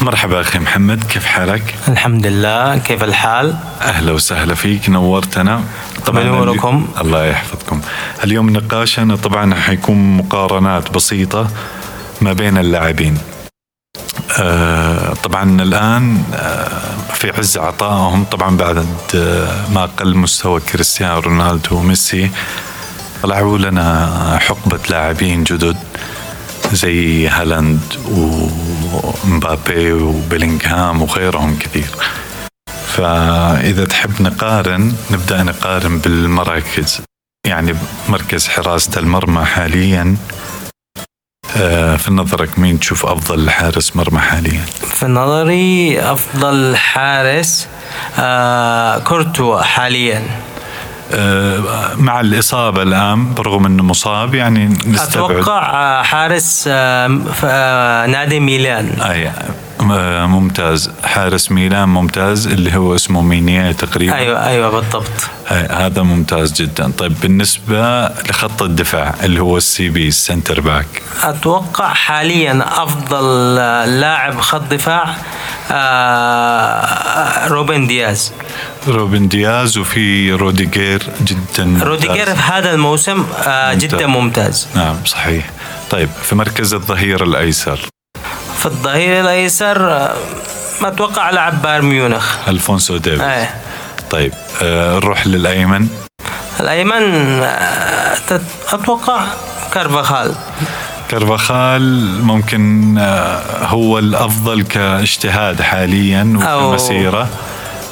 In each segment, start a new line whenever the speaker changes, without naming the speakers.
مرحبا أخي محمد كيف حالك؟
الحمد لله كيف الحال؟
أهلا وسهلا فيك نورتنا
بنوركم.
اليوم- الله يحفظكم اليوم نقاشنا طبعا حيكون مقارنات بسيطة ما بين اللاعبين آه، طبعا الآن آه، في عز عطائهم طبعا بعد آه، ما قل مستوى كريستيانو رونالدو وميسي طلعوا لنا حقبة لاعبين جدد زي هالاند ومبابي وبيلينغهام وغيرهم كثير فإذا تحب نقارن نبدأ نقارن بالمراكز يعني مركز حراسة المرمى حاليا آه، في نظرك مين تشوف أفضل حارس مرمى حاليا
في نظري أفضل حارس آه كورتوا حاليا
آه، مع الإصابة الآن برغم أنه مصاب يعني نستبعد
أتوقع آه، حارس آه في آه نادي ميلان
أي آه، ممتاز حارس ميلان ممتاز اللي هو اسمه مينيا تقريبا
أيوة أيوة بالضبط
هاي- هذا ممتاز جدا طيب بالنسبة لخط الدفاع اللي هو السي بي السنتر باك
أتوقع حاليا أفضل آه، لاعب خط دفاع آه روبن دياز
روبن دياز وفي روديجير جدا ممتاز.
روديجير في هذا الموسم آه جدا ممتاز
نعم صحيح طيب في مركز الظهير الأيسر
في الظهير الأيسر آه، ما أتوقع لاعب بايرن ميونخ
ألفونسو ديفيز
أيه.
طيب آه نروح للأيمن
الايمن آه، تت- اتوقع كارفاخال
كارفاخال ممكن آه، هو الافضل كاجتهاد حاليا
أو-
وكمسيره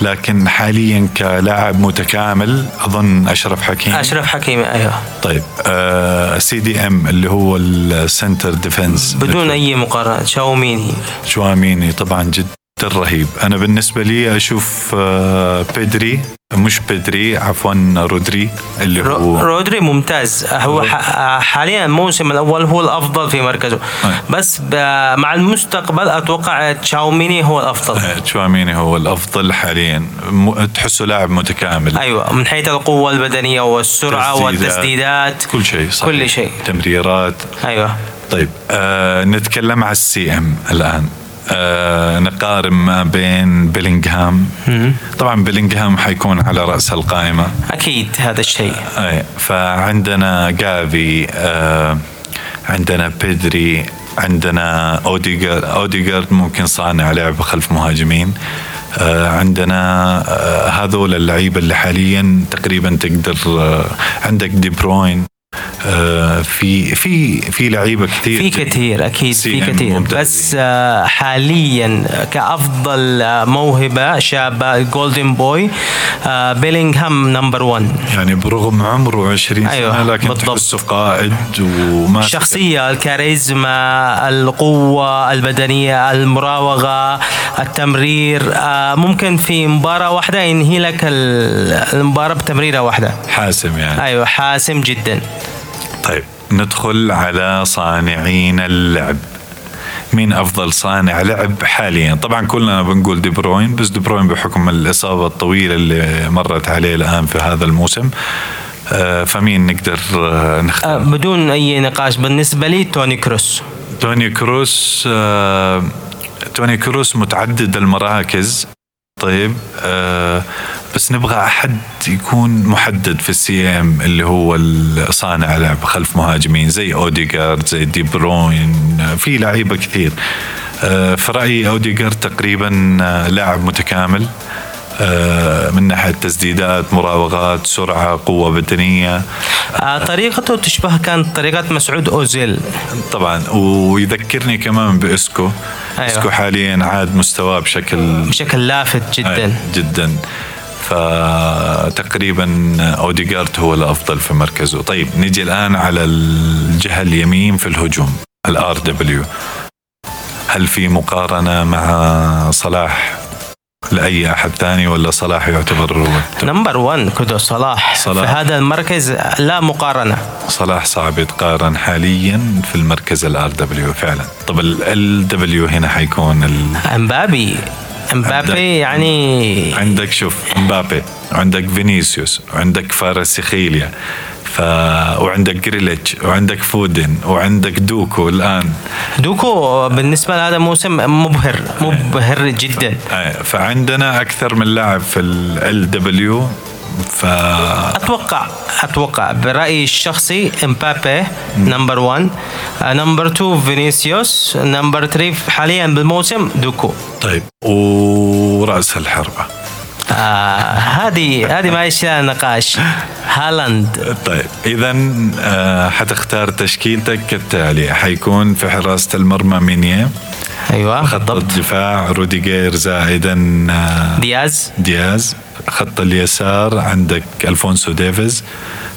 لكن حاليا كلاعب متكامل اظن اشرف حكيمي
اشرف حكيمي ايوه
طيب آه سي دي ام اللي هو السنتر ديفنس
بدون اي مقارنه تشاوميني
شواميني طبعا جدا رهيب انا بالنسبه لي اشوف آه بيدري مش بيدري عفوا رودري اللي
رو-
هو
رودري ممتاز هو ح- آه، حاليا الموسم الاول هو الافضل في مركزه
أي.
بس ب- مع المستقبل اتوقع تشاوميني هو الافضل
آه، تشواميني هو الافضل حاليا م- تحسه لاعب متكامل
ايوه من حيث القوه البدنيه والسرعه
تسديدات.
والتسديدات
كل شيء صحيح.
كل شيء.
تمريرات
ايوه
طيب آه نتكلم على السي ام الان آه نقارن ما بين بيلينغهام طبعا بيلينغهام حيكون على راس القائمه
اكيد هذا الشيء
آه فعندنا جافي آه عندنا بيدري عندنا اوديجارد اوديجارد ممكن صانع لعب خلف مهاجمين آه عندنا آه هذول اللعيبه اللي حاليا تقريبا تقدر آه عندك دي بروين آه في في في لعيبه كثير
في كثير اكيد في
CM
كثير
ممتاز.
بس آه، حاليا كافضل آه، موهبه شابه جولدن بوي آه، بيلينغهام نمبر 1
يعني برغم عمره 20
أيوة،
سنه لكن
بالضبط.
تحسه قائد وما
الشخصيه الكاريزما القوه البدنيه المراوغه التمرير آه، ممكن في مباراه واحده ينهي لك ال- المباراه بتمريره واحده
حاسم يعني
ايوه حاسم جدا
طيب ندخل على صانعين اللعب مين افضل صانع لعب حاليا طبعا كلنا بنقول دي بروين بس دي بروين بحكم الاصابه الطويله اللي مرت عليه الان في هذا الموسم آه، فمين نقدر آه،
آه،
نختار
بدون اي نقاش بالنسبه لي توني كروس
توني كروس آه، توني كروس متعدد المراكز طيب آه، بس نبغى احد يكون محدد في السي ام اللي هو صانع لعب خلف مهاجمين زي اوديجارد زي دي بروين آه، في لعيبه كثير آه، في رايي اوديجارد تقريبا آه، لاعب متكامل آه، من ناحيه تسديدات مراوغات سرعه قوه بدنيه
آه، طريقته تشبه كانت طريقه مسعود اوزيل
طبعا ويذكرني كمان باسكو
أيوة.
اسكو حاليا عاد مستواه بشكل
بشكل لافت جدا
أي- جدا فتقريبا اوديجارد هو الافضل في مركزه طيب نيجي الان على الجهه اليمين في الهجوم الار دبليو هل في مقارنه مع صلاح لاي احد ثاني ولا صلاح يعتبر هو التوب؟
نمبر 1 كدو صلاح.
صلاح.
في هذا المركز لا مقارنه
صلاح صعب يتقارن حاليا في المركز الار دبليو فعلا طب ال دبليو هنا حيكون ال...
امبابي
عندك-
امبابي يعني
عندك شوف مبابي عندك فينيسيوس عندك فارسخيليا ف... وعندك جريليتش وعندك فودن وعندك دوكو الان
دوكو بالنسبه لهذا موسم مبهر مبهر جدا
آه، فعندنا اكثر من لاعب في ال دبليو ف
اتوقع اتوقع برايي الشخصي امبابي نمبر 1 نمبر 2 آه، فينيسيوس نمبر 3 حاليا بالموسم دوكو
طيب وراس الحربه
آه، هذه هذه ما يشيلها نقاش هالاند
طيب اذا آه، حتختار تشكيلتك كالتالي حيكون في حراسه المرمى مينيه
ايوه
خط
بالضبط
الدفاع روديجير زائدا آه،
دياز
دياز خط اليسار عندك الفونسو ديفيز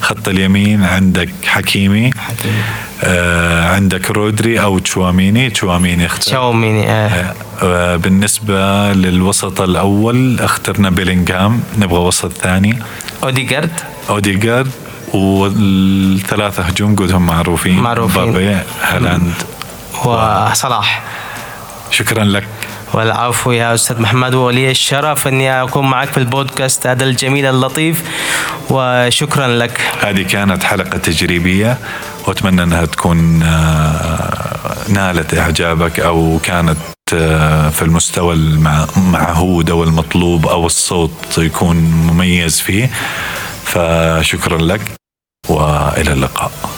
خط اليمين عندك حكيمي آه عندك رودري او تشواميني تشواميني اختار
تشاوميني آه.
آه بالنسبة للوسط الأول اخترنا بيلينغهام نبغى وسط ثاني
اوديجارد
أوديجارد والثلاثة هجوم قولهم معروفين
معروفين.
بابي هالاند
وصلاح
شكرا لك
والعفو يا استاذ محمد ولي الشرف اني اكون معك في البودكاست هذا الجميل اللطيف وشكرا لك
هذه كانت حلقة تجريبية وأتمنى أنها تكون آه، نالت إعجابك أو كانت آه، في المستوى المع- المعهود أو المطلوب أو الصوت يكون مميز فيه فشكرا لك وإلى اللقاء